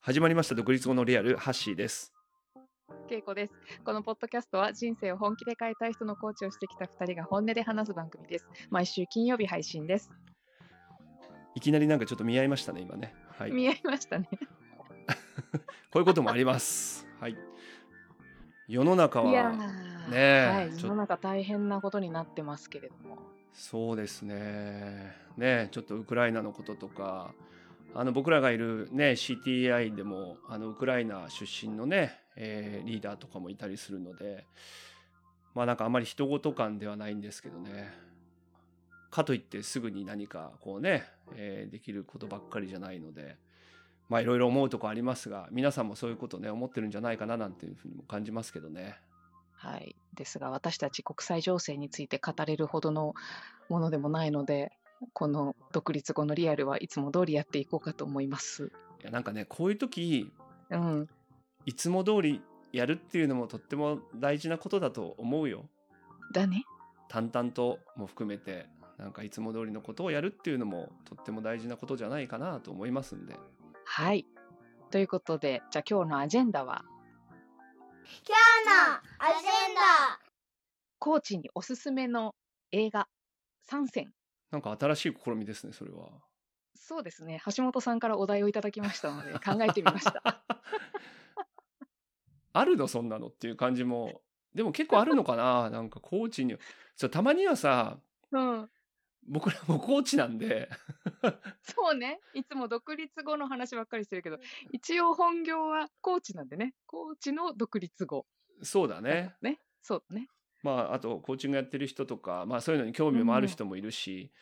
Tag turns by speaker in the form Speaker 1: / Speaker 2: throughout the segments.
Speaker 1: 始まりました独立後のリアルハッシーです
Speaker 2: けいこです。このポッドキャストは人生を本気で変えたい人のコーチをしてきた2人が本音で話す番組です。毎週金曜日配信です。
Speaker 1: いきなりなんかちょっと見合いましたね今ねはいこ
Speaker 2: 見合いましたね。
Speaker 1: ういうこともありますはい世の中
Speaker 2: いや
Speaker 1: は
Speaker 2: ー、
Speaker 1: ねえ
Speaker 2: はい、
Speaker 1: ちょ
Speaker 2: 世の中大変なことになってますけれども。
Speaker 1: そうですねねちょっとウクライナのこととかあの僕らがいる、ね、CTI でもあのウクライナ出身のね、えーリーダーとかもいたりするのでまあなんかあまり人事感ではないんですけどねかといってすぐに何かこうね、えーできることばっかりじゃないのでまあいろいろ思うとこありますが皆さんもそういうことね思ってるんじゃないかななんていうふうにも感じますけどね。
Speaker 2: はい、ですが私たち国際情勢について語れるほどのものでもないので、この独立後のリアルはいつも通りやっていこうかと思います。
Speaker 1: いやなんかねこういう時
Speaker 2: うん、
Speaker 1: いつも通りやるっていうのもとっても大事なことだと思うよ。
Speaker 2: だね。
Speaker 1: 淡々とも含めて、なんかいつも通りのことをやるっていうのもとっても大事なことじゃないかなと思いますんで。
Speaker 2: はい。ということで、じゃあ今日のアジェンダは、
Speaker 3: 今日のアジェンダ
Speaker 2: コーチにおすすめの映画3選
Speaker 1: なんか新しい試みですね、それは。
Speaker 2: そうですね。橋本さんからお題をいただきましたの で、考えてみました。
Speaker 1: た。 あるのそんなのっていう感じも。でも結構あるのかななんかコーチに。そうたまにはさ、
Speaker 2: うん。
Speaker 1: 僕らもコーチなんで、
Speaker 2: そうね。いつも独立後の話ばっかりしてるけど、一応本業はコーチなんでね。コーチの独立後。
Speaker 1: そうだね。
Speaker 2: ね。そうだね。
Speaker 1: まあ、あとコーチングやってる人とか、まあ、そういうのに興味もある人もいるし、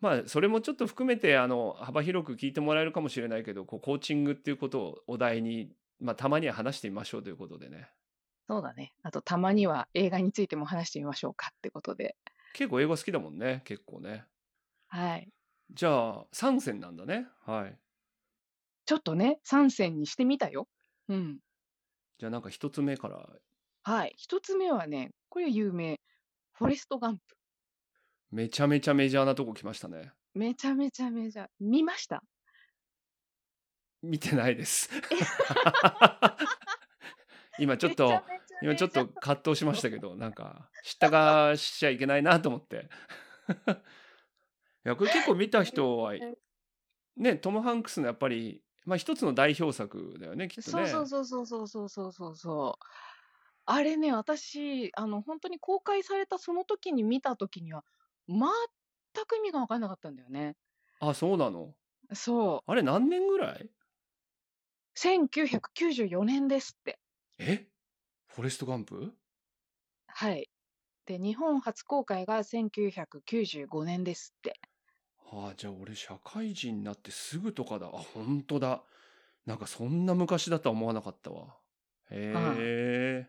Speaker 1: まあ、それもちょっと含めてあの幅広く聞いてもらえるかもしれないけどこうコーチングっていうことをお題に、まあ、たまには話してみましょうということでね
Speaker 2: そうだね。あと、たまには映画についても話してみましょうかってことで。
Speaker 1: 結構英語好きだもんね結構ね
Speaker 2: はい。
Speaker 1: じゃあ3選なんだねはい
Speaker 2: ちょっとね、3選にしてみたよ。うん。
Speaker 1: じゃあなんか1つ目から
Speaker 2: はい。一つ目はね、これは有名。フォレスト・ガンプ。
Speaker 1: めちゃめちゃメジャーなとこ来ましたね
Speaker 2: めちゃめちゃめちゃ。見ました
Speaker 1: 見てないです 今ちょっ
Speaker 2: め
Speaker 1: と
Speaker 2: ゃめちゃ
Speaker 1: 今ちょっと
Speaker 2: めち
Speaker 1: 葛藤しましたけど、なんか、知ったかしちゃいけないなと思って。いや、これ結構見た人は、ね、トム・ハンクスのやっぱり、まあ一つの代表作だよね、き
Speaker 2: ゃ
Speaker 1: っとね。
Speaker 2: そうそうそうそうそうそうそうそう。あれね、私、あの、本当に公開されたその時に見た時には、全く意味が分からなかったんだよね。
Speaker 1: あ、そうなの。
Speaker 2: そ。
Speaker 1: あれ何年ぐらいう
Speaker 2: 1994年ですって。
Speaker 1: えフォレスト・ガンプ
Speaker 2: はい。で、日本初公開が1995年ですって。
Speaker 1: ああ、じゃあ俺社会人になってすぐとかだ。あ、本当だ。なんかそんな昔だとは思わなかったわ。へえ。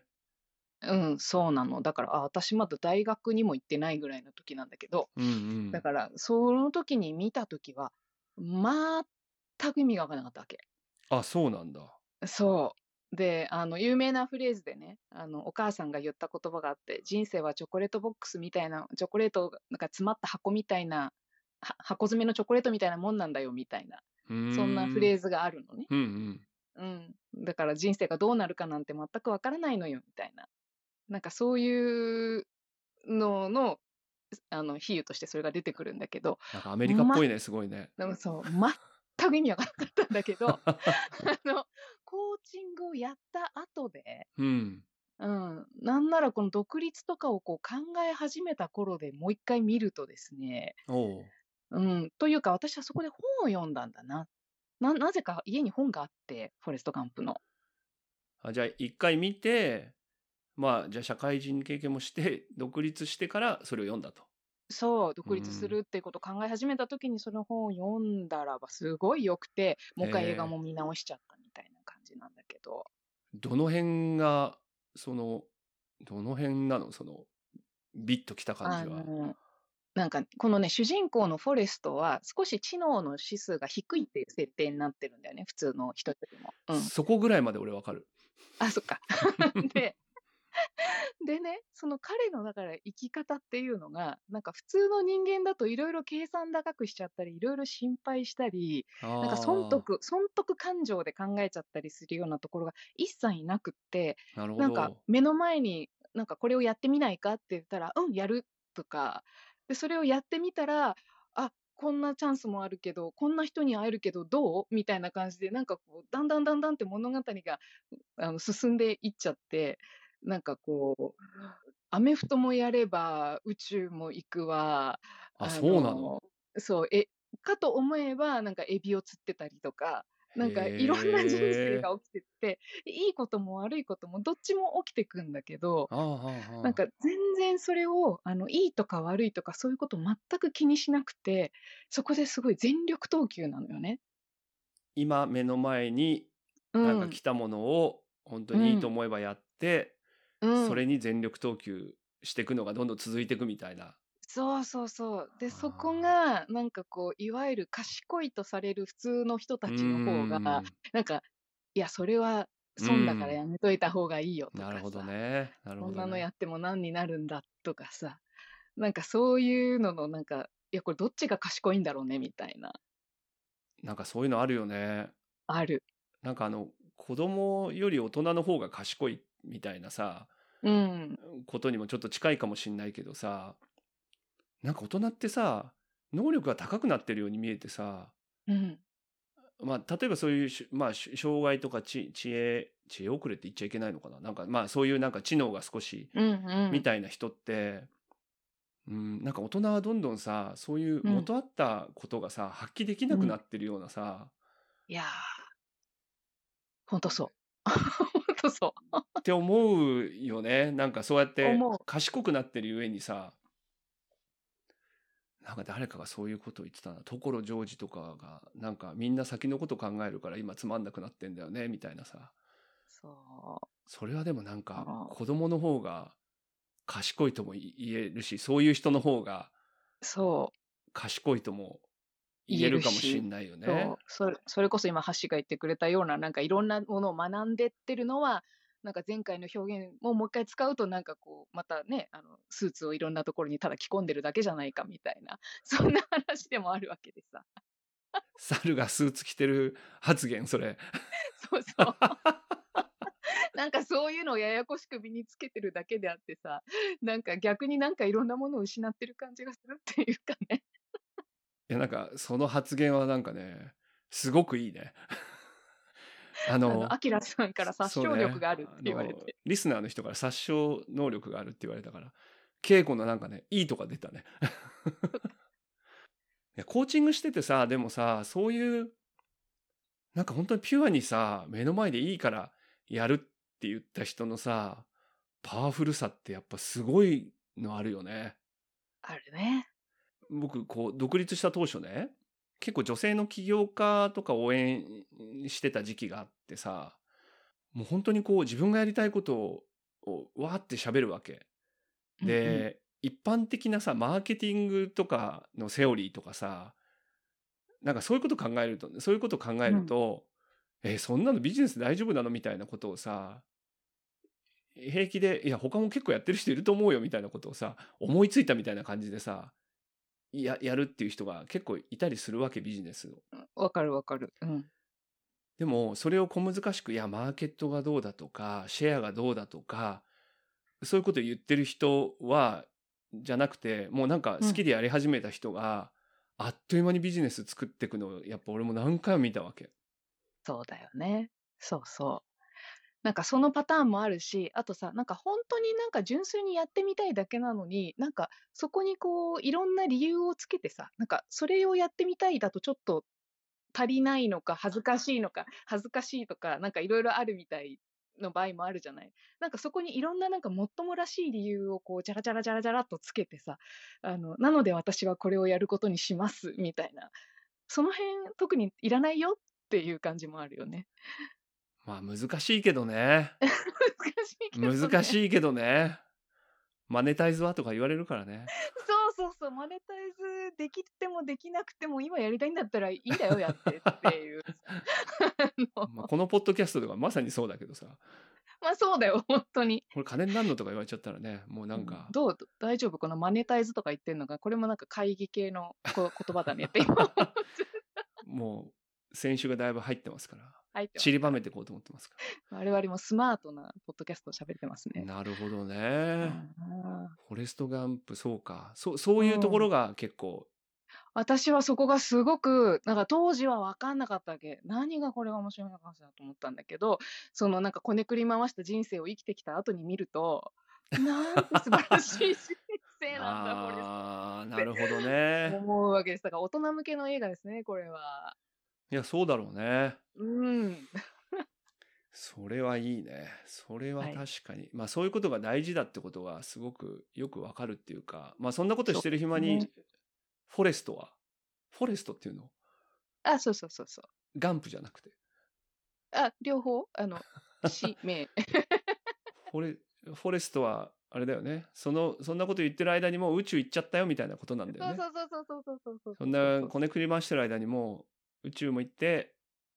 Speaker 2: うん、そうなの。だから、あ、私まだ大学にも行ってないぐらいの時なんだけど、
Speaker 1: うんうん
Speaker 2: だ。から、その時に見た時は、全く意味が分からなかったわけ。
Speaker 1: あ、そうなんだ。
Speaker 2: そう。で、あの、有名なフレーズでね、あの、お母さんが言った言葉があって、人生はチョコレートボックスみたいな、チョコレートがなんか詰まった箱みたいな、は箱詰めのチョコレートみたいなもんなんだよ、みたいな、
Speaker 1: そ
Speaker 2: そんなフ
Speaker 1: ー
Speaker 2: レ
Speaker 1: ズ。
Speaker 2: ーズがあるのね。
Speaker 1: うんうん。
Speaker 2: うん。だから人生がどうなるかなんて全くわからないのよ、みたいな。なんかそういうのの、あの、比喩としてそれが出てくるんだけど、
Speaker 1: なんかアメリカっぽいね、すごいね。
Speaker 2: でもそう、全く意味わからなかったんだけど、あの、コーチングをやった後で、
Speaker 1: うん。
Speaker 2: うん、なんならこの独立とかをこう考え始めた頃でもう一回見るとですね、
Speaker 1: おう。
Speaker 2: うん、というか私はそこで本を読んだんだな。ななぜか家に本があって、フォレスト・ガンプの。
Speaker 1: あじゃあ、一回見て、まあ、じゃあ社会人経験もして、 独立してからそれを読んだと。
Speaker 2: そう、独立
Speaker 1: うん
Speaker 2: するっていうことを考え始めた時にその本を読んだらばすごい良くて、もう一回映画も見直しちゃったみたいな感じなんだけど、
Speaker 1: どの辺が、その、どの辺なのその、ビッときた
Speaker 2: あ
Speaker 1: 感じは。
Speaker 2: の、なんかこのね、主人公のフォレストは少し知能の指数が低いっていう設定になってるんだよね、普通の人よりも。うん
Speaker 1: そこぐらいまで俺わかる。
Speaker 2: あ、そっか。で、でね、その彼のだから生き方っていうのが、なんか普通の人間だといろいろ計算高くしちゃったり、いろいろ心配したり、
Speaker 1: な
Speaker 2: なんか損得、損得感情で考えちゃったりするようなところが一切なくって、
Speaker 1: なるほど
Speaker 2: なんか目の前になんかこれをやってみないかって言ったら、うん、やるとか、でそれをやってみたら、あこんなチャンスもあるけど、こんな人に会えるけど、どうみたいな感じで、なんかこう、だんだんだんだんって物語があの進んでいっちゃって、なんかこう、アメフトもやれば、宇宙も行くわ、
Speaker 1: あそうなの
Speaker 2: そうえかと思えばなんかエビを釣ってたりとかなんかいろんな人
Speaker 1: へ
Speaker 2: 生
Speaker 1: ー
Speaker 2: が起きてってでいいことも悪いこともどっちも起きてくんだけど
Speaker 1: ああああああ
Speaker 2: なんか全然それをあのいいとか悪いとかそういうこと全く気にしなくてそこですごい全力投球なのよね。
Speaker 1: 今目の前に
Speaker 2: う
Speaker 1: なんか来たものを本当にいいと思えばやって、
Speaker 2: うん
Speaker 1: それに全力投球していくのがどんどん続いていくみたいな。
Speaker 2: そうそうそう。で、そこ
Speaker 1: あー
Speaker 2: が、なんかこう、いわゆる賢いとされる普通の人たちの方
Speaker 1: う
Speaker 2: が
Speaker 1: ん、
Speaker 2: なんか、いや、それは損だ
Speaker 1: う
Speaker 2: から
Speaker 1: ん
Speaker 2: やめといた方がいいよとかさ、
Speaker 1: なるほどね。なる
Speaker 2: こ
Speaker 1: ほ
Speaker 2: ん
Speaker 1: ど、
Speaker 2: なの
Speaker 1: ね
Speaker 2: や。っても何になるんだとかさ、なんかそういうのの、なんか、いや、これどっちが賢いんだろうねみたいな、
Speaker 1: なんかそういうのあるよね。
Speaker 2: ある。
Speaker 1: なんかあの子供より大人の方が賢いみたいなさ
Speaker 2: うん、
Speaker 1: ことにもちょっと近いかもしんないけどさなんか大人ってさ能力が高くなってるように見えてさ
Speaker 2: うん、
Speaker 1: まあ、例えばそういうし、まあ、し障害とか知知恵知恵遅れって言っちゃいけないのかななんかまあそういうなんか知能が少し
Speaker 2: うん、うん。
Speaker 1: みたいな人って、うんなんか大人はどんどんさそういう
Speaker 2: うん
Speaker 1: 元あったことがさ、発揮できなくなってるようなさ、
Speaker 2: いやー、ほんとそう。 ほんとそう。
Speaker 1: って思うよねなんかそうやって
Speaker 2: 思う
Speaker 1: 賢くなってるゆえにさなんか誰かがそういうことを言ってたな所ジョージとかがなんかみんな先のこと考えるから今つまんなくなってんだよねみたいなさ
Speaker 2: そ
Speaker 1: それはでもなんか
Speaker 2: あ
Speaker 1: 子供の方が賢いとも言えるしそういう人の方が
Speaker 2: う、そう。
Speaker 1: 賢いとも言えるかもしれないよね
Speaker 2: そう。それそれこそ今橋が言ってくれたようななんかいろんなものを学んでってるのはなんか前回の表現ももう一回使うとなんかこうまたねあのスーツをいろんなところにただ着込んでるだけじゃないかみたいな そんな話でもあるわけでさ
Speaker 1: 猿がスーツ着てる発言それ。
Speaker 2: そうそう なんかそういうのをややこしく身につけてるだけであってさなんか逆になんかいろんなものを失ってる感じがするっていうかね
Speaker 1: いやなんかその発言はなんかねすごくいいね。 あ
Speaker 2: あ
Speaker 1: の
Speaker 2: のアキラさんから殺
Speaker 1: そうね
Speaker 2: 傷力があるって言われ
Speaker 1: あの
Speaker 2: て
Speaker 1: リスナーの人から殺傷能力があるって言われたから稽古のなんかねいいとか出 たねいやコーチングしててさでもさそういうなんか本当にピュアにさ目の前でいいからやるって言った人のさパワフルさってやっぱすごいのあるよね
Speaker 2: あるね
Speaker 1: 僕こう独立した当初ね結構女性の起業家とか応援してた時期があってさもう本当にこう自分がやりたいことををわーって喋るわけ
Speaker 2: うんうん
Speaker 1: で、一般的なさマーケティングとかのセオリーとかさなんかそういうこと考えるとそういうこと考えると、えそんなのビジネス大丈夫なのみたいなことをさ平気でいや他も結構やってる人いると思うよみたいなことをさ思いついたみたいな感じでさややるっていう人が結構いたりするわけビジネスを。
Speaker 2: わかるわかるうん
Speaker 1: でもそれを小難しくいやマーケットがどうだとかシェアがどうだとかそういうことを言ってる人はじゃなくてもうなんか好きでやり始めた人が、あっという間にビジネス作っていくのをやっぱ俺も何回も見たわけ。
Speaker 2: そうだよね。そうそう。なんかそのパターンもあるし、あとさ、なんか本当になんか純粋にやってみたいだけなのに、なんかそこにこういろんな理由をつけてさ、なんかそれをやってみたいだとちょっと足りないのか恥ずかしいのか恥ずかしいとかなんかいろいろあるみたいの場合もあるじゃない。なんかそこにいろんななんかもっともらしい理由をこうジャラジャラジャラジャラっとつけてさ、あの、なので私はこれをやることにしますみたいな。その辺特にいらないよっていう感じもある よね。
Speaker 1: まあ難しいけどね
Speaker 2: 難しいけど、ね。
Speaker 1: 難
Speaker 2: い。
Speaker 1: しいけどねマネタイズはとか言われるからね。
Speaker 2: そうそうそう、マネタイズできてもできなくても、今やりたいんだったらいいんだ よ、やってっていう。あの
Speaker 1: まあ、このポッドキャストとかまさにそうだけどさ
Speaker 2: まあそうだよ、本当に。
Speaker 1: これ金になるのとか言われちゃったらね、もうなんか、
Speaker 2: どう大丈夫このマネタイズとか言ってんのが、これもなんか会議系のこ言葉だねって今 思って
Speaker 1: もう先週がだいぶ入ってますから、
Speaker 2: 入ってます
Speaker 1: 散りばめていこうと思ってますか
Speaker 2: 我々もスマートなポッドキャストを喋ってます
Speaker 1: ら。
Speaker 2: ね。
Speaker 1: なるほど
Speaker 2: あ
Speaker 1: ね。
Speaker 2: ー
Speaker 1: フォレスト・ガンプ、そうか。そう、そういうところが結構、
Speaker 2: 私はそこがすごく、なんか当時は分かんなかったわけ。何がこれが面白いのかしらと思ったんだけど、そのなんかこねくり回した人生を生きてきた後に見ると、なんて素晴らしい人生なんだ、これ。
Speaker 1: ああ、なるほどね。
Speaker 2: 思うわけです。だから大人向けの映画ですね、これは。
Speaker 1: いや、そうだろうね。
Speaker 2: うん。
Speaker 1: それはいいね。それは
Speaker 2: はい
Speaker 1: 確かに。まあそういうことが大事だってことがすごくよくわかるっていうか、まあそんなことしてる暇
Speaker 2: そう
Speaker 1: に、フォレストは、フォレストっていうの
Speaker 2: あ、そうそうそうそう。
Speaker 1: ガンプじゃなくて。
Speaker 2: あ、両方、あの、使命。
Speaker 1: フォレフォレストは、あれだよね。その、そんなこと言ってる間にもう宇宙行っちゃったよみたいなことなんだよ
Speaker 2: そう
Speaker 1: ね。
Speaker 2: そうそうそうそうそうそう。
Speaker 1: そんな、こねくり回してる間にもう宇宙も行って、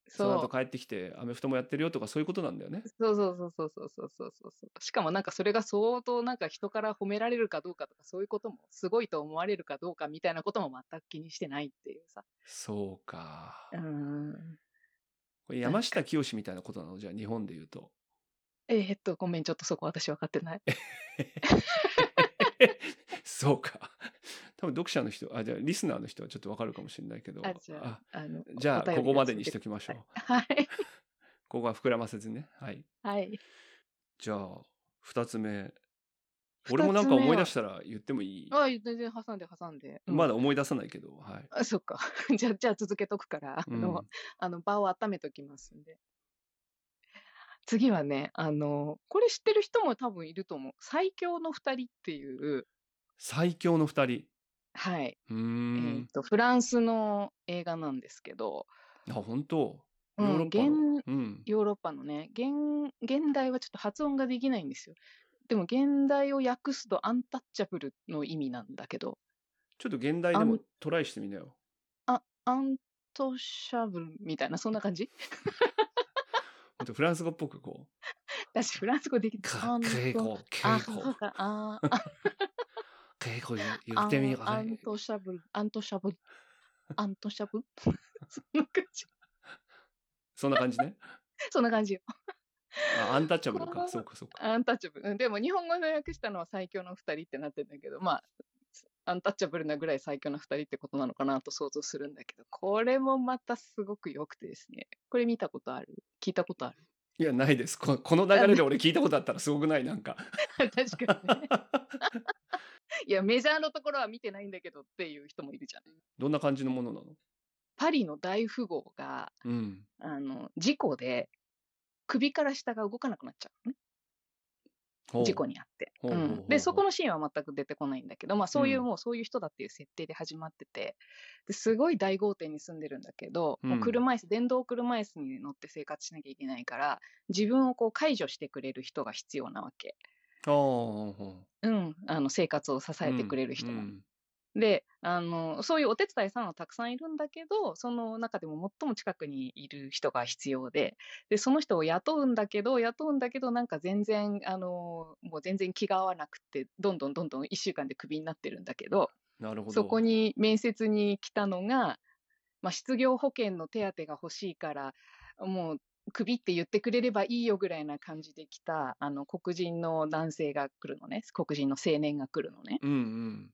Speaker 1: その
Speaker 2: そ
Speaker 1: 後
Speaker 2: う
Speaker 1: 帰ってきてアメフトもやってるよとかそういうことなんだよね。
Speaker 2: そうそうそうそうそうそうそうそうそう。しかもなんかそれが相当なんか人から褒められるかどうかとかそういうこともすごいと思われるかどうかみたいなことも全く気にしてないっていうさ。
Speaker 1: そうか。
Speaker 2: ん。
Speaker 1: これ
Speaker 2: なんか
Speaker 1: 山下清みたいなことなのじゃあ日本で言うと。
Speaker 2: えーっと、ごめん、ちょっとそこ私分かってない。
Speaker 1: そうか。 多分読者の人、あ、じゃあリスナーの人はちょっとわかるかもしれないけど。
Speaker 2: あ、じゃあ、あの、
Speaker 1: じゃ
Speaker 2: お
Speaker 1: あ
Speaker 2: 便り
Speaker 1: ここまでにしと
Speaker 2: く
Speaker 1: きましょう。
Speaker 2: はい。
Speaker 1: ここは膨らませずね。はい。
Speaker 2: はい。
Speaker 1: じゃあ、二つ目。俺もなんか思い出したら言ってもいい。
Speaker 2: あ、全然挟んで挟んで。うん
Speaker 1: まだ思い出さないけど、はい。
Speaker 2: あそっか。 じゃあ、じゃあ続けとくから、あ
Speaker 1: うん
Speaker 2: の、あの、場を温めときますんで。次はね、あの、これ知ってる人も多分いると思う。最強の二人っていう、
Speaker 1: 最強の二人。
Speaker 2: はい、
Speaker 1: うー
Speaker 2: え
Speaker 1: ん。
Speaker 2: ーと、フランスの映画なんですけど、
Speaker 1: あ、本当。
Speaker 2: うん
Speaker 1: ヨーロッパの
Speaker 2: 現
Speaker 1: うん。
Speaker 2: ヨーロッパのね、現、現代はちょっと発音ができないんですよ。でも、現代を訳すとアンタッチャブルの意味なんだけど、
Speaker 1: ちょっと現代でもトライしてみなよ。
Speaker 2: アントシャブルみたいな、そんな感じ
Speaker 1: ほんとフランス語っぽくこう。
Speaker 2: 私、フランス語でき
Speaker 1: か稽古、
Speaker 2: あ、
Speaker 1: 稽
Speaker 2: そう
Speaker 1: 古、
Speaker 2: か、あー、
Speaker 1: 稽古言
Speaker 2: あ
Speaker 1: ってみよ
Speaker 2: アントシャブル、アントシャブル、アントシャブル
Speaker 1: そ
Speaker 2: そんな感じ。
Speaker 1: んな感じね。
Speaker 2: そんな感じよ。
Speaker 1: あ、アンタッチャブル
Speaker 2: あ
Speaker 1: か。
Speaker 2: ー
Speaker 1: そうか、そうか。
Speaker 2: アンタッチャブル。うんでも日本語で訳したのは最強の二人ってなってるんだけど、まあ、アンタッチャブルなぐらい最強の二人ってことなのかなと想像するんだけど、これもまたすごく良くてですね。これ見たことある聞いたことある
Speaker 1: いや、ないです。ここの流れで俺聞いたことあったらすごくないなんか。
Speaker 2: 確かにね。いや、メジャーのところは見てないんだけどっていう人もいるじゃない。
Speaker 1: どんな感じのものなの
Speaker 2: パリの大富豪が、
Speaker 1: うん。
Speaker 2: あの、事故で首から下が動かなくなっちゃうのね。
Speaker 1: ほう
Speaker 2: 事故にあって。
Speaker 1: ほう
Speaker 2: うん
Speaker 1: ほうほうほう
Speaker 2: で、そこのシーンは全く出てこないんだけど、まあそういう、
Speaker 1: うん
Speaker 2: もうそういう人だっていう設定で始まってて、ですごい大豪邸に住んでるんだけど、もううん車椅子、電動車椅子に乗って生活しなきゃいけないから、自分をこう解除してくれる人が必要なわけ。
Speaker 1: ああ、ほうほ
Speaker 2: うん、あの生活を支
Speaker 1: う
Speaker 2: えてくれる人
Speaker 1: う
Speaker 2: が。
Speaker 1: ん
Speaker 2: であの、そういうお手伝いさんはたくさんいるんだけど、その中でも最も近くにいる人が必要で、でその人を雇うんだけど、雇うんだけど、なんか全然、あのもう全然気が合わなくて、どんどんどんどん1週間でクビになってるんだけど、
Speaker 1: なるほど。
Speaker 2: そこに面接に来たのが、まあ、失業保険の手当が欲しいから、もうクビって言ってくれればいいよぐらいな感じで来た、あの黒人の男性が来るのね、黒人の青年が来るのね。
Speaker 1: うんうん。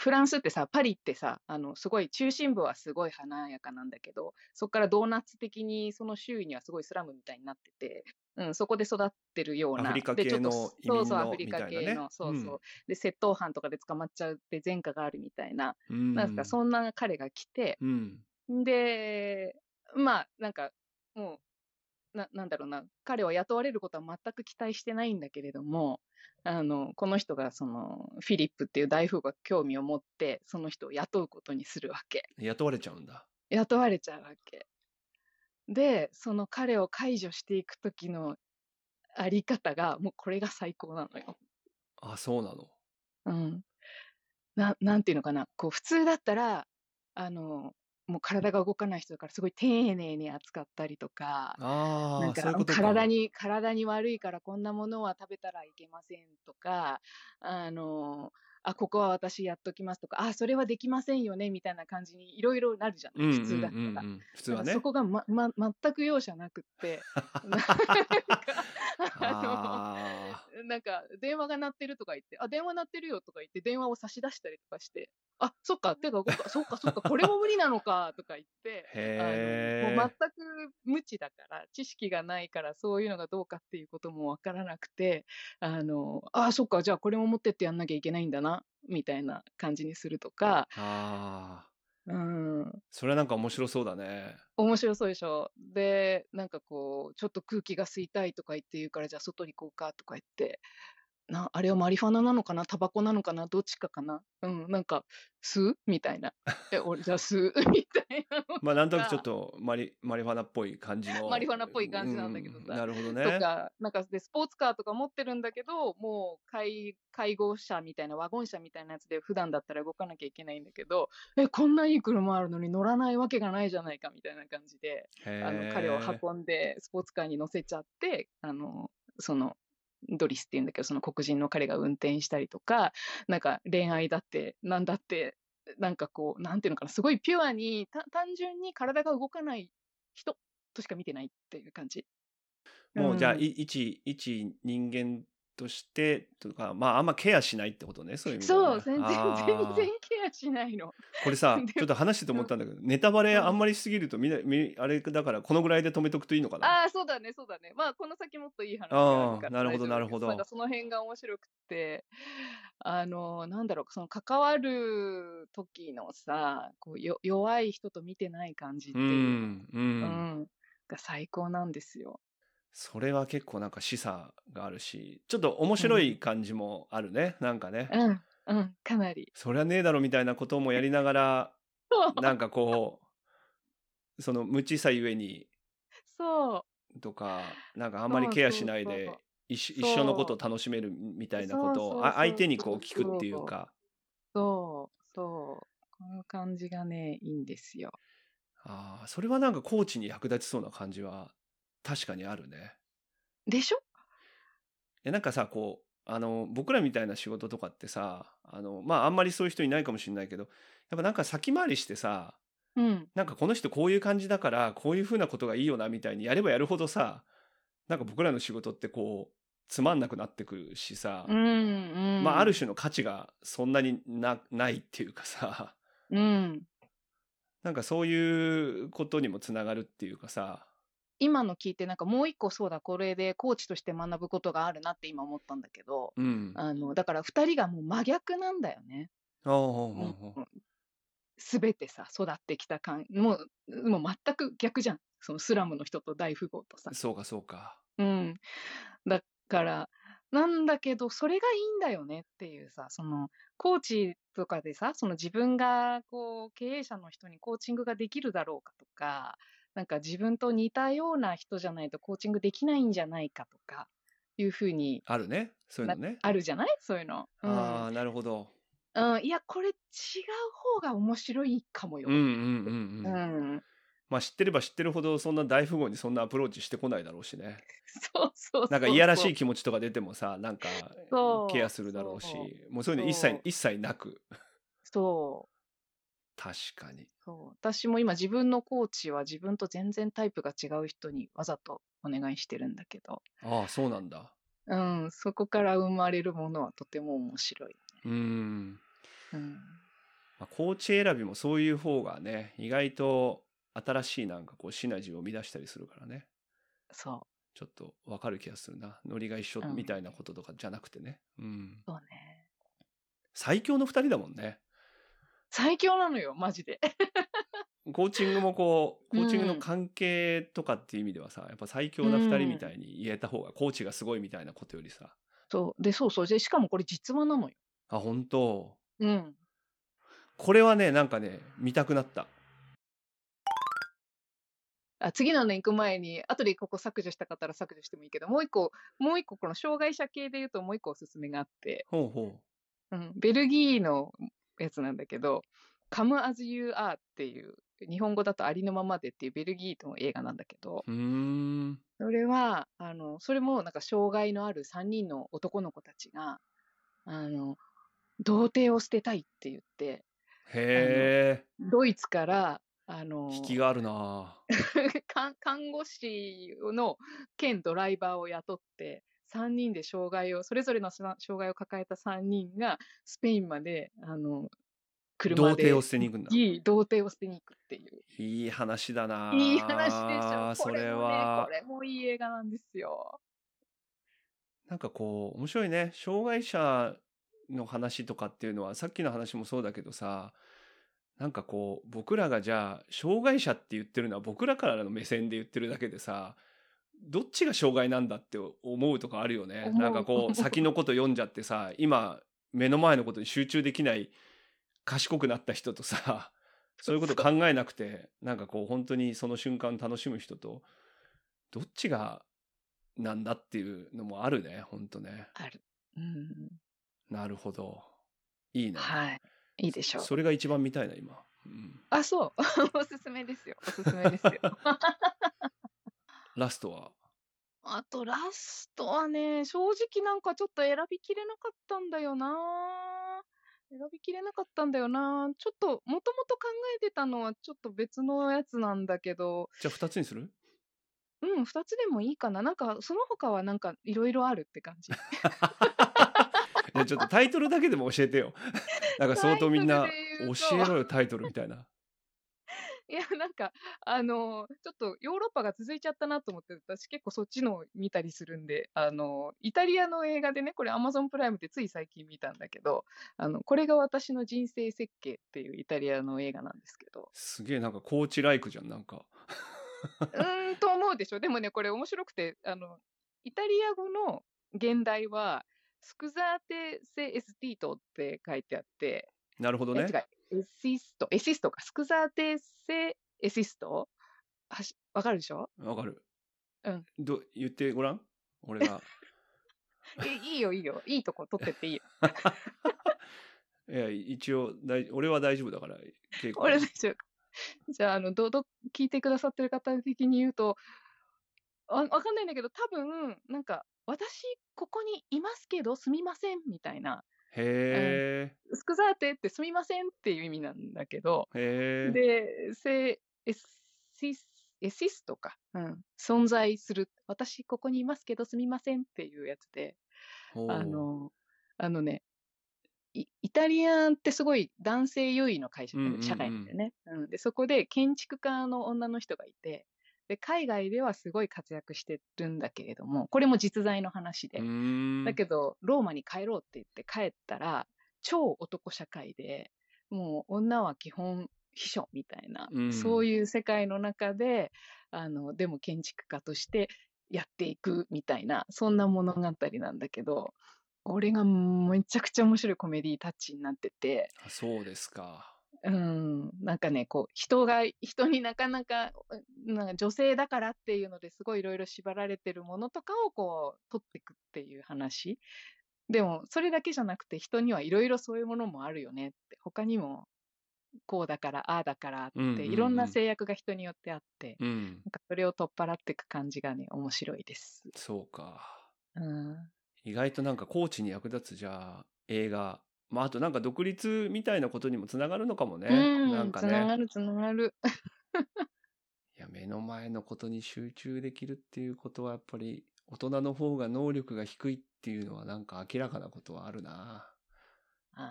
Speaker 2: フランスってさ、パリってさ、あの、すごい中心部はすごい華やかなんだけど、そこからドーナツ的にその周囲にはすごいスラムみたいになってて、うん、そこで育ってるよう
Speaker 1: ア
Speaker 2: な。
Speaker 1: フリカ
Speaker 2: でちょっと
Speaker 1: 系の移民
Speaker 2: そうそう、
Speaker 1: の
Speaker 2: アフリカ
Speaker 1: みたいな
Speaker 2: 系
Speaker 1: ね
Speaker 2: の、そうそう。
Speaker 1: うん
Speaker 2: で、窃盗犯とかで捕まっちゃうって前科があるみたいな。
Speaker 1: うん。
Speaker 2: なんか、そんな彼が来て、
Speaker 1: うん。
Speaker 2: で、まあ、なんか、もう、な、なんだろうな、彼は雇われることは全く期待してないんだけれども、あの、この人が、その、フィリップっていう大富豪が興味を持って、その人を雇うことにするわけ。
Speaker 1: 雇われちゃうんだ。
Speaker 2: 雇われちゃうわけ。で、その彼を解除していくときのあり方が、もうこれが最高なのよ。
Speaker 1: あ、そうなの。
Speaker 2: うん。な、なんていうのかな。こう、普通だったら、あの、もう体が動かない人だからすごい丁寧に扱ったりとか、
Speaker 1: あ
Speaker 2: なん
Speaker 1: あ、そういう
Speaker 2: か
Speaker 1: ことか。
Speaker 2: 体に体に悪いからこんなものは食べたらいけませんとかあのあここは私やっときますとかあそれはできませんよねみたいな感じにいろいろなるじゃ
Speaker 1: う
Speaker 2: なんい
Speaker 1: うんう
Speaker 2: 普通
Speaker 1: ん
Speaker 2: だったら。
Speaker 1: うんうん。普通は
Speaker 2: だか
Speaker 1: ね
Speaker 2: らそ。こが、まま、全く容赦なくって なんかあ
Speaker 1: あ
Speaker 2: のなんか電話が鳴ってるとか言ってあ電話鳴ってるよとか言って電話を差し出したりとかしてあそっかてかそっかそっかこれも無理なのかとか 言って
Speaker 1: ー。へ
Speaker 2: あ
Speaker 1: え。
Speaker 2: のもう全く無知だから知識がないからそういうのがどうかっていうこともわからなくてあのあそっかじゃあこれも持ってってやんなきゃいけないんだなみたいな感じにするとか、
Speaker 1: ああ。
Speaker 2: うん、
Speaker 1: それはなんか面白そうだね。
Speaker 2: 面白そうでしょでなんかこうちょっと空気が吸いたいとか言って言うからじゃあ外に行こうかとか言って。なあれはマリファナなのかなタバコなのかなどっちかかなうん、なんか、吸うみたいな。え、俺じゃあ吸う みたいなの
Speaker 1: まあなんとなくちょっとマリマリファナっぽい感じの。
Speaker 2: マリファナっぽい感じなんだけどさ
Speaker 1: うなるほどね。
Speaker 2: とか、なんかで、スポーツカーとか持ってるんだけど、もう介介護車みたいな、ワゴン車みたいなやつで、普段だったら動かなきゃいけないんだけど、え、こんないい車あるのに乗らないわけがないじゃないかみたいな感じで、
Speaker 1: へー
Speaker 2: あの彼を運んで、スポーツカーに乗せちゃって、あのそのドリスっていうんだけど、その黒人の彼が運転したりとか、なんか恋愛だって、なんだって、なんかこう、なんていうのかな、すごいピュアに、た単純に体が動かない人としか見てないっていう感じ。
Speaker 1: もうじゃあ、
Speaker 2: ん
Speaker 1: い一一人間としてとかまああんまケアしないってことねそういう意味では
Speaker 2: そ
Speaker 1: ね
Speaker 2: う、全然、
Speaker 1: あ
Speaker 2: 全
Speaker 1: ー
Speaker 2: 然ケアしないの。
Speaker 1: これ さ
Speaker 2: で
Speaker 1: ちょっと話してて思ったんだけどネタバレ
Speaker 2: うん
Speaker 1: あんまりしすぎるとみんなみあれだからこのぐらいで止めとくといいのかな
Speaker 2: ああ、そうだね、そうだね。まあ、この先もっといい話
Speaker 1: あ
Speaker 2: があ
Speaker 1: ー
Speaker 2: るから
Speaker 1: なるほど
Speaker 2: 大丈夫
Speaker 1: なるほど
Speaker 2: なんかその辺が面白くって、あの、なんだろう、その関わる時のさ、こうよ弱い人と見てない感じって
Speaker 1: う
Speaker 2: いう、
Speaker 1: んうん、
Speaker 2: うん、が最高なんですよ。
Speaker 1: それは結構なんか示唆があるしちょっと面白い感じもあるね、なんかね、
Speaker 2: うん、うん、かなり。
Speaker 1: そりゃねえだろみたいなこともやりながらなんかこうその無知さゆえに
Speaker 2: そう。
Speaker 1: とかなんかあんまりケアしない
Speaker 2: そうそう
Speaker 1: で
Speaker 2: そう
Speaker 1: 一緒
Speaker 2: そう
Speaker 1: 一緒のことを楽しめるみたいなこと
Speaker 2: そうそう
Speaker 1: を
Speaker 2: そう
Speaker 1: あ相手にこう聞くっていうか
Speaker 2: そう、そう。この感じがね、いいんですよ。
Speaker 1: あーそれはなんかコーチに役立ちそうな感じは確かにあるね。
Speaker 2: でしょ
Speaker 1: えなんかさこうあの僕らみたいな仕事とかってさあのまああんまりそういう人いないかもしれないけどやっぱなんか先回りしてさ
Speaker 2: うん。
Speaker 1: なんかこの人こういう感じだからこういうふうなことがいいよなみたいにやればやるほどさなんか僕らの仕事ってこうつまんなくなってくるしさ、
Speaker 2: うん、うん。
Speaker 1: まあある種の価値がそんなになないっていうかさ
Speaker 2: うん。
Speaker 1: なんかそういうことにもつながるっていうかさ
Speaker 2: 今の聞いてなんかもう一個そうだこれでコーチとして学ぶことがあるなって今思ったんだけど
Speaker 1: うん。
Speaker 2: あのだから2人がもう真逆なんだよね
Speaker 1: ああああああ
Speaker 2: 全てさ育ってきた感もうもう全く逆じゃんそのスラムの人と大富豪とさ、
Speaker 1: そうかそうか。
Speaker 2: うん、だからなんだけどそれがいいんだよねっていうさそのコーチとかでさその自分がこう経営者の人にコーチングができるだろうかとかなんか自分と似たような人じゃないとコーチングできないんじゃないかとかいうふうに
Speaker 1: あるね。そういうのね。
Speaker 2: あるじゃないそういうの。う
Speaker 1: あ
Speaker 2: ん
Speaker 1: あ、なるほど。
Speaker 2: うん、いやこれ違う方が面白いかもよ。
Speaker 1: うんうんうん
Speaker 2: う
Speaker 1: うん。
Speaker 2: ん、
Speaker 1: まあ知ってれば知ってるほどそんな大富豪にそんなアプローチしてこないだろうしね。
Speaker 2: そうそうそうそう
Speaker 1: なんかいやらしい気持ちとか出てもさ、なんか
Speaker 2: そう
Speaker 1: ケアするだろうし
Speaker 2: そ、
Speaker 1: もうそういうの一
Speaker 2: そ
Speaker 1: 切
Speaker 2: う
Speaker 1: 一切なく。
Speaker 2: そう
Speaker 1: 確かに。
Speaker 2: そう私も今自分のコーチは自分と全然タイプが違う人にわざとお願いしてるんだけど、
Speaker 1: ああ、そうなんだ。
Speaker 2: うん、そこから生まれるものはとても面白い。
Speaker 1: うん。
Speaker 2: うん、
Speaker 1: まあ、コーチ選びもそういう方がね、意外と新しいなんかこうシナジーを生み出したりするからね。
Speaker 2: そ
Speaker 1: ちょっとわかる気がするな。ノリが一緒
Speaker 2: うん
Speaker 1: みたいなこととかじゃなくてね。うん
Speaker 2: う。そうね。
Speaker 1: 最強の二人だもんね。
Speaker 2: 最強なのよ、マジで。
Speaker 1: コーチングもこう、
Speaker 2: う
Speaker 1: コ
Speaker 2: ん
Speaker 1: ーチングの関係とかっていう意味ではさ、やっぱ最強な二人みたいに言えた方が、コーチがすごいみたいなことよりさ、
Speaker 2: そう。で、そうそう。で、しかもこれ実話なのよ。
Speaker 1: あ、本当
Speaker 2: うん。
Speaker 1: これはね、なんかね、見たくなった。
Speaker 2: あ次のの行く前に、後でここ削除したかったら削除してもいいけど、もう一個、もう一個、この障害者系で言うともう一個おすすめがあって、
Speaker 1: ほうほ
Speaker 2: うん、ベルギーのやつなんだけど、Come as You Are っていう日本語だとありのままでっていうベルギーの映画なんだけど、
Speaker 1: うーん。
Speaker 2: それは、あの、それもなんか障害のある3人の男の子たちが、あの、童貞を捨てたいって言って、
Speaker 1: へえ。
Speaker 2: ドイツから、あの、
Speaker 1: 引き があるな。
Speaker 2: 看看護師の兼ドライバーを雇って、3人で障害を、それぞれのさ障害を抱えた3人が、スペインまで、あの、
Speaker 1: 童
Speaker 2: 車で、
Speaker 1: 貞を捨てに行くんだ。
Speaker 2: いい童貞を捨てに行くっていう。
Speaker 1: いい話だな。
Speaker 2: いい話でしょ。
Speaker 1: そ
Speaker 2: こ
Speaker 1: れ
Speaker 2: れも
Speaker 1: は
Speaker 2: ね、こ。れもいい映画なんですよ。
Speaker 1: なんかこう面白いね障害者の話とかっていうのはさっきの話もそうだけどさなんかこう僕らがじゃあ障害者って言ってるのは僕らからの目線で言ってるだけでさどっちが障害なんだって思うとかあるよね
Speaker 2: 思う
Speaker 1: なんかこう先のこと読んじゃってさ今目の前のことに集中できない賢くなった人とさ そういうこと考えなくてなんかこう本当にその瞬間楽しむ人とどっちがなんだっていうのもあるね本当ね
Speaker 2: ある。うん。
Speaker 1: なるほどいいね、
Speaker 2: はい。いいでしょう。
Speaker 1: それが一番見たいな今、うん、
Speaker 2: あ、そう。 おすすめですよ。おすすめで すよ。
Speaker 1: ラストは
Speaker 2: あと、ラストはね、正直なんかちょっと選びきれなかったんだよな選びきれなかったんだよなちょっと、もともと考えてたのはちょっと別のやつなんだけど、
Speaker 1: じゃあ2つに する
Speaker 2: うん、二つでもいいかな。なんか、その他はなんかいろいろあるって感じ。
Speaker 1: いやちょっとタイトルだけでも教えて よなんか相当みんな
Speaker 2: タイトルで言うと
Speaker 1: 教えろよタイトルみたいない、
Speaker 2: や、なんか、あのーちょっとヨーロッパが続いちゃったなと思って、私結構そっちのを見たりするんで、あのーイタリアの映画でね、これ Amazon プライムでつい最近見たんだけど、あの、これが私の人生設計っていうイタリアの映画なんですけど
Speaker 1: すげえなんかコーチライクじゃんなんか
Speaker 2: うーんと思うでしょ。でもね、これ面白くて、あの、イタリア語の現代は、スクザーテ・セ・エスティートって書いてあって、
Speaker 1: なるほどね
Speaker 2: え違う、エシスト、エシストか、スクザーテ・セ・エシストはしわかるでしょ
Speaker 1: わかる
Speaker 2: うん
Speaker 1: ど言ってごらん俺が
Speaker 2: え、いいよ、いいよ。いいとこ取ってっていいよ。
Speaker 1: いや一応大俺は大丈夫だから結構
Speaker 2: 俺でしょ。じゃあ、あの、ど、ど、聞いてくださってる方的に言うと、あわかんないんだけど、多分、なんか、私、ここにいますけど、すみません、みたいな。
Speaker 1: へ
Speaker 2: スクザーテってすみませんっていう意味なんだけど、
Speaker 1: えへえ
Speaker 2: で、せ、エシス、エシストか。うん。存在する。私、ここにいますけど、すみませんっていうやつで、
Speaker 1: ほう
Speaker 2: あの、あのね、イイタリアンってすごい男性優位の会社、
Speaker 1: うんうんうん
Speaker 2: 社会なんだよね、うんで。そこで建築家の女の人がいて、で海外ではすごい活躍してるんだけれども、これも実在の話で、
Speaker 1: うーん
Speaker 2: だけど、ローマに帰ろうって言って帰ったら、超男社会で、もう女は基本秘書みたいな、
Speaker 1: うん
Speaker 2: そういう世界の中で、あの、でも建築家としてやっていくみたいな、そんな物語なんだけど、俺がめちゃくちゃ面白いコメディタッチになってて、
Speaker 1: あそうですか
Speaker 2: うん、なんかね、こう、人が、人になかなか、うんなんか女性だからっていうのですごいいろいろ縛られてるものとかをこう、取っていくっていう話。でも、それだけじゃなくて、人にはいろいろそういうものもあるよねって、他にも、こうだから、ああだからって、
Speaker 1: うんうんうん
Speaker 2: いろんな制約が人によってあって、
Speaker 1: うん
Speaker 2: なんかそれを取っ払っていく感じがね、面白いです。
Speaker 1: そうか
Speaker 2: うん。
Speaker 1: 意外となんかコーチに役立つじゃあ映画まああとなんか独立みたいなことにもつながるのかもね、
Speaker 2: うん
Speaker 1: なんか
Speaker 2: つなが
Speaker 1: ね
Speaker 2: る、つながる。
Speaker 1: いや目の前のことに集中できるっていうことはやっぱり大人の方が能力が低いっていうのはなんか明らかなことはあるな
Speaker 2: あ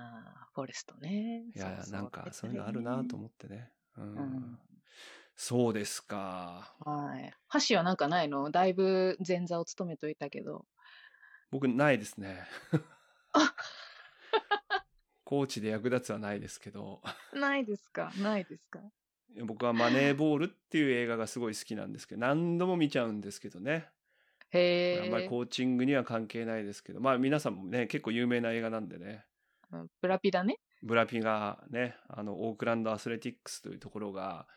Speaker 2: あ、フォレストね。
Speaker 1: いや
Speaker 2: そう
Speaker 1: なんかそういうのあるなと思ってねうん、
Speaker 2: うん
Speaker 1: そうですか
Speaker 2: はい。箸はなんかないのだいぶ前座を務めといたけど。
Speaker 1: 僕ないですね
Speaker 2: あ
Speaker 1: コーチで役立つはないですけど
Speaker 2: ないですかないですか
Speaker 1: 僕は「マネーボール」っていう映画がすごい好きなんですけど何度も見ちゃうんですけどねこれあんま
Speaker 2: へ
Speaker 1: り
Speaker 2: え
Speaker 1: コ。ーチングには関係ないですけどまあ皆さんもね結構有名な映画なんでね
Speaker 2: うんブラピだね。
Speaker 1: ブラピがねあのオークランドアスレティックスというところが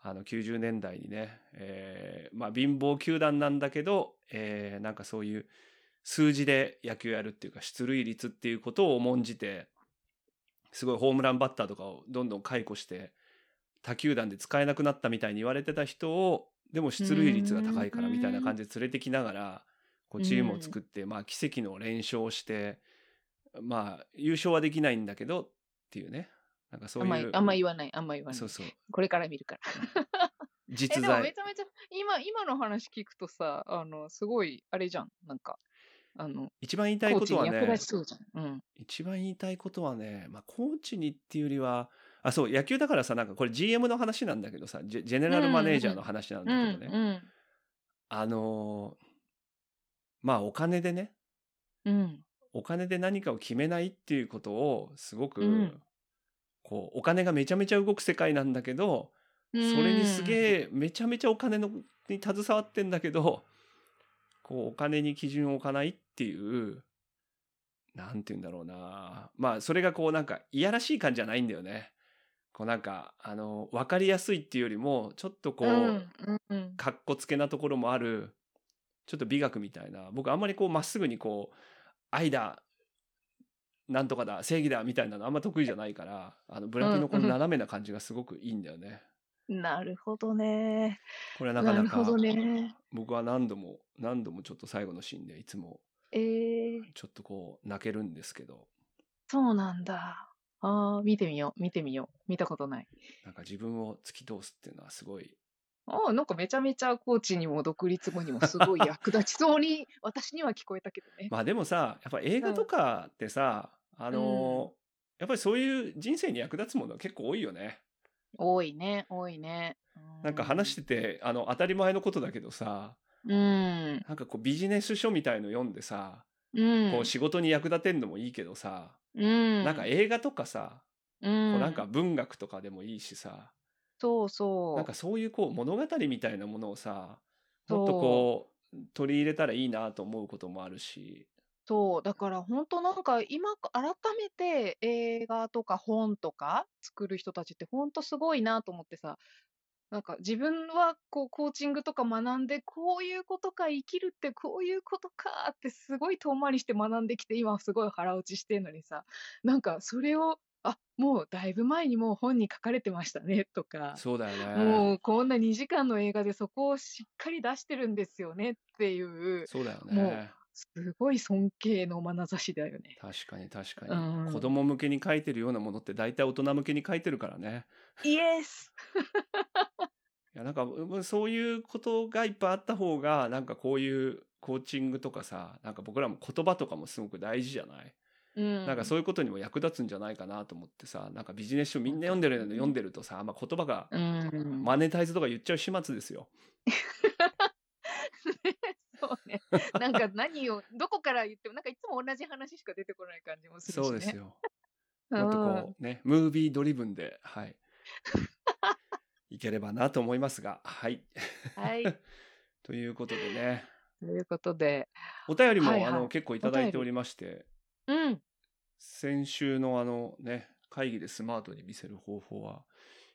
Speaker 1: あの90年代にね、えーまあ、貧乏球団なんだけど、えーなんかそういう数字で野球やるっていうか出塁率っていうことを重んじてすごいホームランバッターとかをどんどん解雇して他球団で使えなくなったみたいに言われてた人をでも出塁率が高いからみたいな感じで連れてきながらこうチームを作って、まあ、奇跡の連勝をして、まあ、優勝はできないんだけどっていうねなんかそう
Speaker 2: あんま
Speaker 1: い
Speaker 2: り
Speaker 1: う
Speaker 2: あんま言わない、あんま言わない
Speaker 1: そう。そう
Speaker 2: これから見るから。え、
Speaker 1: 実
Speaker 2: でもめ
Speaker 1: 在
Speaker 2: ちゃめちゃ、今、今の話聞くとさ、あの、すごい、あれじゃん。なんか、あの、
Speaker 1: 一番言い
Speaker 2: コ
Speaker 1: たい
Speaker 2: ー
Speaker 1: こ
Speaker 2: チ
Speaker 1: と
Speaker 2: に
Speaker 1: は
Speaker 2: 役
Speaker 1: ね
Speaker 2: 立ちそうじゃん。うん。
Speaker 1: 一番言いたいことはね、まあ、コーチにっていうよりはあそう野球だからさなんかこれ GM の話なんだけどさジェジェネラルマネージャーの話なんだ
Speaker 2: う
Speaker 1: け
Speaker 2: ん
Speaker 1: どね、、
Speaker 2: うん。
Speaker 1: あのーまあお金でね
Speaker 2: うん。
Speaker 1: お金で何かを決めないっていうことをすごく、
Speaker 2: うん
Speaker 1: こうお金がめちゃめちゃ動く世界なんだけど、それにすげ
Speaker 2: え。
Speaker 1: えめちゃめちゃお金のに携わってんだけどこうお金に基準を置かないっていうなんて言うんだろうなまあそれがこうなんかいやらしい感じじゃないんだよね。こうなんかあの分かりやすいっていうよりもちょっとこう、
Speaker 2: うん。うん。
Speaker 1: かっこつけなところもあるちょっと美学みたいな僕あんまりこうまっすぐにこう愛だなんとかだ正義だみたいなのあんま得意じゃないからあのブラピのこ
Speaker 2: うんう
Speaker 1: の
Speaker 2: ん
Speaker 1: 斜めな感じがすごくいいんだよね。
Speaker 2: なるほどね。
Speaker 1: これはなか
Speaker 2: な
Speaker 1: な
Speaker 2: る
Speaker 1: か
Speaker 2: ほどね。
Speaker 1: 僕は何度も何度もちょっと最後のシーンでいつも
Speaker 2: えー、
Speaker 1: ちょっとこう泣けるんですけど
Speaker 2: そうなんだ。ああ、見てみよう、見てみよう。見たことない。
Speaker 1: なんか自分を突き通すっていうのはすごい
Speaker 2: ああ、なんかめちゃめちゃコーチにも独立後にもすごい役立ちそう に私には聞こえたけどね。
Speaker 1: まあでもさやっぱ映画とかってさ、あのやっぱりそういう人生に役立つものは結構多いよね。
Speaker 2: 多いね、多いね。
Speaker 1: なんか話しててあの当たり前のことだけどさ
Speaker 2: うん。
Speaker 1: なんかこうビジネス書みたいの読んでさ、
Speaker 2: うん。
Speaker 1: こう仕事に役立てんのもいいけどさ、
Speaker 2: うん。
Speaker 1: なんか映画とかさ、
Speaker 2: う
Speaker 1: こ
Speaker 2: ん、
Speaker 1: うなんか文学とかでもいいしさ、
Speaker 2: そうそう。
Speaker 1: なんかそういうこう物語みたいなものをさもっとこう取り入れたらいいなと思うこともあるし、
Speaker 2: そう、だから本当なんか今改めて映画とか本とか作る人たちって本当すごいなと思ってさ、なんか自分はこうコーチングとか学んでこういうことか生きるってこういうことかってすごい遠回りして学んできて今すごい腹落ちしてんのにさ、なんかそれを、あ、もうだいぶ前にもう本に書かれてましたねとか、
Speaker 1: そうだよ
Speaker 2: も
Speaker 1: ね。
Speaker 2: うこんな2時間の映画でそこをしっかり出してるんですよねっていう。
Speaker 1: そうだよ
Speaker 2: も
Speaker 1: ね
Speaker 2: う。すごい尊敬の眼差しだよね。
Speaker 1: 確かに確か
Speaker 2: うん
Speaker 1: に。子供向けに書いてるようなものって大体大人向けに書いてるからね。
Speaker 2: イエス
Speaker 1: いやなんかうんそういうことがいっぱいあった方がなんかこういうコーチングとかさなんか僕らも言葉とかもすごく大事じゃない、
Speaker 2: うん。
Speaker 1: なんかそういうことにも役立つんじゃないかなと思ってさなんかビジネス書みんな読んでるの
Speaker 2: うん
Speaker 1: 読んでるとさ、まあ、言葉が
Speaker 2: うん。
Speaker 1: マネタイズとか言っちゃう始末ですよ。
Speaker 2: そうね。 なんか何を、どこから言っても、なんかいつも同じ話しか出てこない感じもするし、ね。
Speaker 1: そうですよ。
Speaker 2: うん。
Speaker 1: もっとこうねムービードリブンではいいければなと思いますがはい。
Speaker 2: はい。
Speaker 1: ということでね
Speaker 2: ということで。
Speaker 1: お便りも、
Speaker 2: はいはい
Speaker 1: あの結構いただいておりまして
Speaker 2: うん。
Speaker 1: 先週のあのね会議でスマートに見せる方法は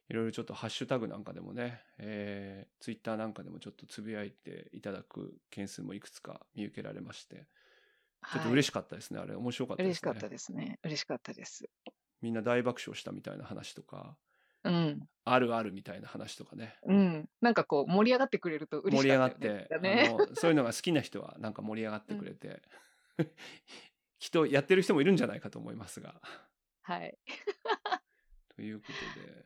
Speaker 1: いろいろちょっとハッシュタグなんかでもね、えー、ツイッターなんかでもちょっとつぶやいていただく件数もいくつか見受けられましてちょっと嬉
Speaker 2: し
Speaker 1: しかったですね、あれ面白かったですね
Speaker 2: 嬉しかったですね。嬉しかったです。
Speaker 1: みんな大爆笑したみたいな話とか
Speaker 2: うん。
Speaker 1: あるあるみたいな話とかね
Speaker 2: うん。なんかこう、盛り上がってくれると嬉
Speaker 1: 盛
Speaker 2: し
Speaker 1: り上
Speaker 2: か
Speaker 1: が
Speaker 2: っ
Speaker 1: った
Speaker 2: よね
Speaker 1: て、あのそういうのが好きな人はなんか盛り上がってくれて、 きっとやってる人もいるんじゃないかと思いますが。
Speaker 2: はい。
Speaker 1: ということで、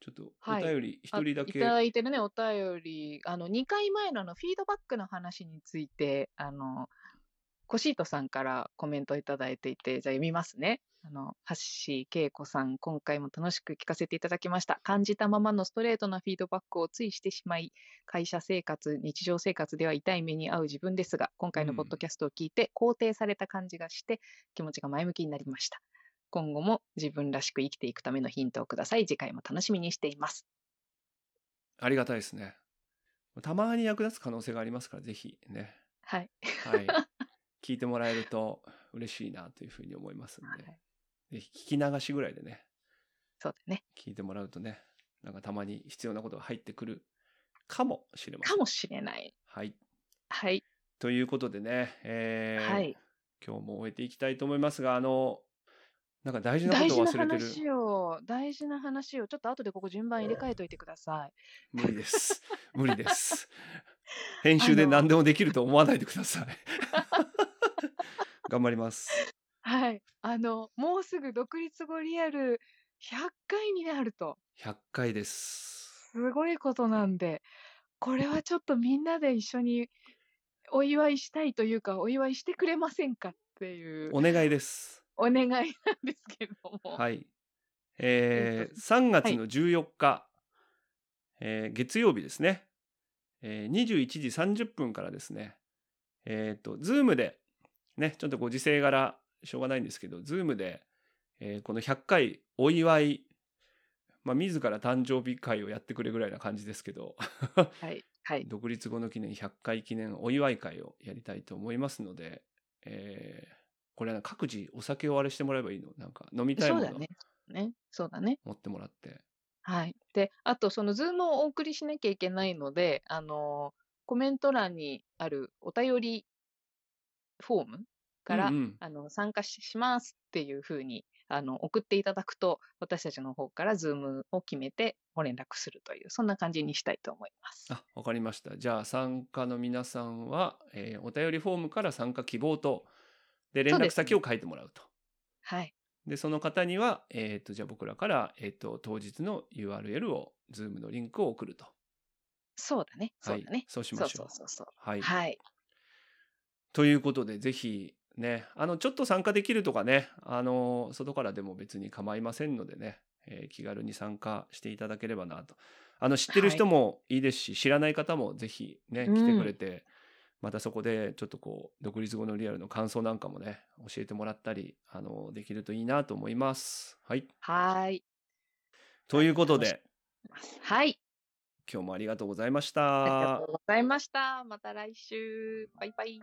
Speaker 1: ちょっと
Speaker 2: はい
Speaker 1: お便り一人だけ、
Speaker 2: あいただいてるね、お便り。あの、2回前のあの、フィードバックの話について、あの、コシートさんからコメントをいただいていて、じゃあ読みますね。あの、橋恵子さん、今回も楽しく聞かせていただきました。感じたままのストレートなフィードバックをついしてしまい、会社生活、日常生活では痛い目に遭う自分ですが、今回のポッドキャストを聞いて肯定された感じがして、気持ちが前向きになりました。今後も自分らしく生きていくためのヒントをください。次回も楽しみにしています。
Speaker 1: ありがたいですね。たまに役立つ可能性がありますから、ぜひね、
Speaker 2: はい。
Speaker 1: は い、聞いてもらえると嬉しいなというふうに思いますんで、
Speaker 2: はい
Speaker 1: ぜひ聞き流しぐらいでね、
Speaker 2: そうだね。
Speaker 1: 聞いてもらうとね、なんかたまに必要なことが入ってくるかもしれませ
Speaker 2: か
Speaker 1: ん。
Speaker 2: もしれない。
Speaker 1: はい。
Speaker 2: はい。
Speaker 1: ということでね、えー
Speaker 2: はい。
Speaker 1: 今日も終えていきたいと思いますが、あの、なんか大事なこ
Speaker 2: 大
Speaker 1: と
Speaker 2: 事
Speaker 1: を
Speaker 2: な
Speaker 1: 忘れてる。
Speaker 2: 話を、大事な話を、ちょっと後でここ順番入れ替えといてください。
Speaker 1: 無理 です。無理です。編集で何でもできると思わないでくだ さい。頑張ります。
Speaker 2: はい。あの、もうすぐ独立後リアル100回になると、
Speaker 1: 100回です。
Speaker 2: すごいことなんで、これはちょっとみんなで一緒にお祝いしたいというか、お祝いしてくれませんかっていう
Speaker 1: お願いです。
Speaker 2: お願いなんですけれども。
Speaker 1: はい。え
Speaker 2: え
Speaker 1: ー、3月の14日、えー月曜日ですね、えー、21時30分からですね、えー、と、ズームで、ね、ちょっとご時世柄、しょうがないんですけど、ズームで、えーこの100回お祝い、まあ、自ら誕生日会をやってくれぐらいな感じですけど、
Speaker 2: はい。はい。
Speaker 1: 独立後の記念100回記念お祝い会をやりたいと思いますので、えーこれは各自お酒をあれしてもらえばいいのなんか飲みたい
Speaker 2: そ
Speaker 1: も
Speaker 2: う
Speaker 1: の
Speaker 2: だね。ね。そうだね。
Speaker 1: 持ってもらって。
Speaker 2: はい。で、あと、その、ズームをお送りしなきゃいけないので、あのコメント欄にあるお便りフォームから、
Speaker 1: うんうん
Speaker 2: あの参加ししますっていうふうに、あの、送っていただくと、私たちの方からズームを決めてご連絡するという、そんな感じにしたいと思います。
Speaker 1: あ、わかりました。じゃあ参加の皆さんは、えーお便りフォームから参加希望と、で、連
Speaker 2: そう
Speaker 1: 絡
Speaker 2: ですね
Speaker 1: 先を書いてもらうと。
Speaker 2: はい。
Speaker 1: で、その方には、えっ、と、じゃあ僕らから、えっ、と、当日の URL を、ズームのリンクを送ると。
Speaker 2: そうだね。そうだ
Speaker 1: はい
Speaker 2: ね。。
Speaker 1: そうし
Speaker 2: そ
Speaker 1: ま
Speaker 2: う
Speaker 1: し
Speaker 2: そ
Speaker 1: ょう
Speaker 2: う。そうそう。
Speaker 1: はい。
Speaker 2: はい。
Speaker 1: ということで、ぜひ、ね、あの、ちょっと参加できるとかね、あの、外からでも別に構いませんのでね、えー気軽に参加していただければなと。あの、知ってる人もいいですし、知らない方もぜひね、
Speaker 2: うん
Speaker 1: 来てくれて、またそこでちょっとこう、独立後のリアルの感想なんかもね、教えてもらったり、あの、できるといいなと思います。はい。
Speaker 2: はい。
Speaker 1: ということ
Speaker 2: 楽
Speaker 1: で、
Speaker 2: はい。
Speaker 1: 今日もありがとうございまし
Speaker 2: ありが
Speaker 1: た
Speaker 2: とう。ございました。また来週。バイバイ。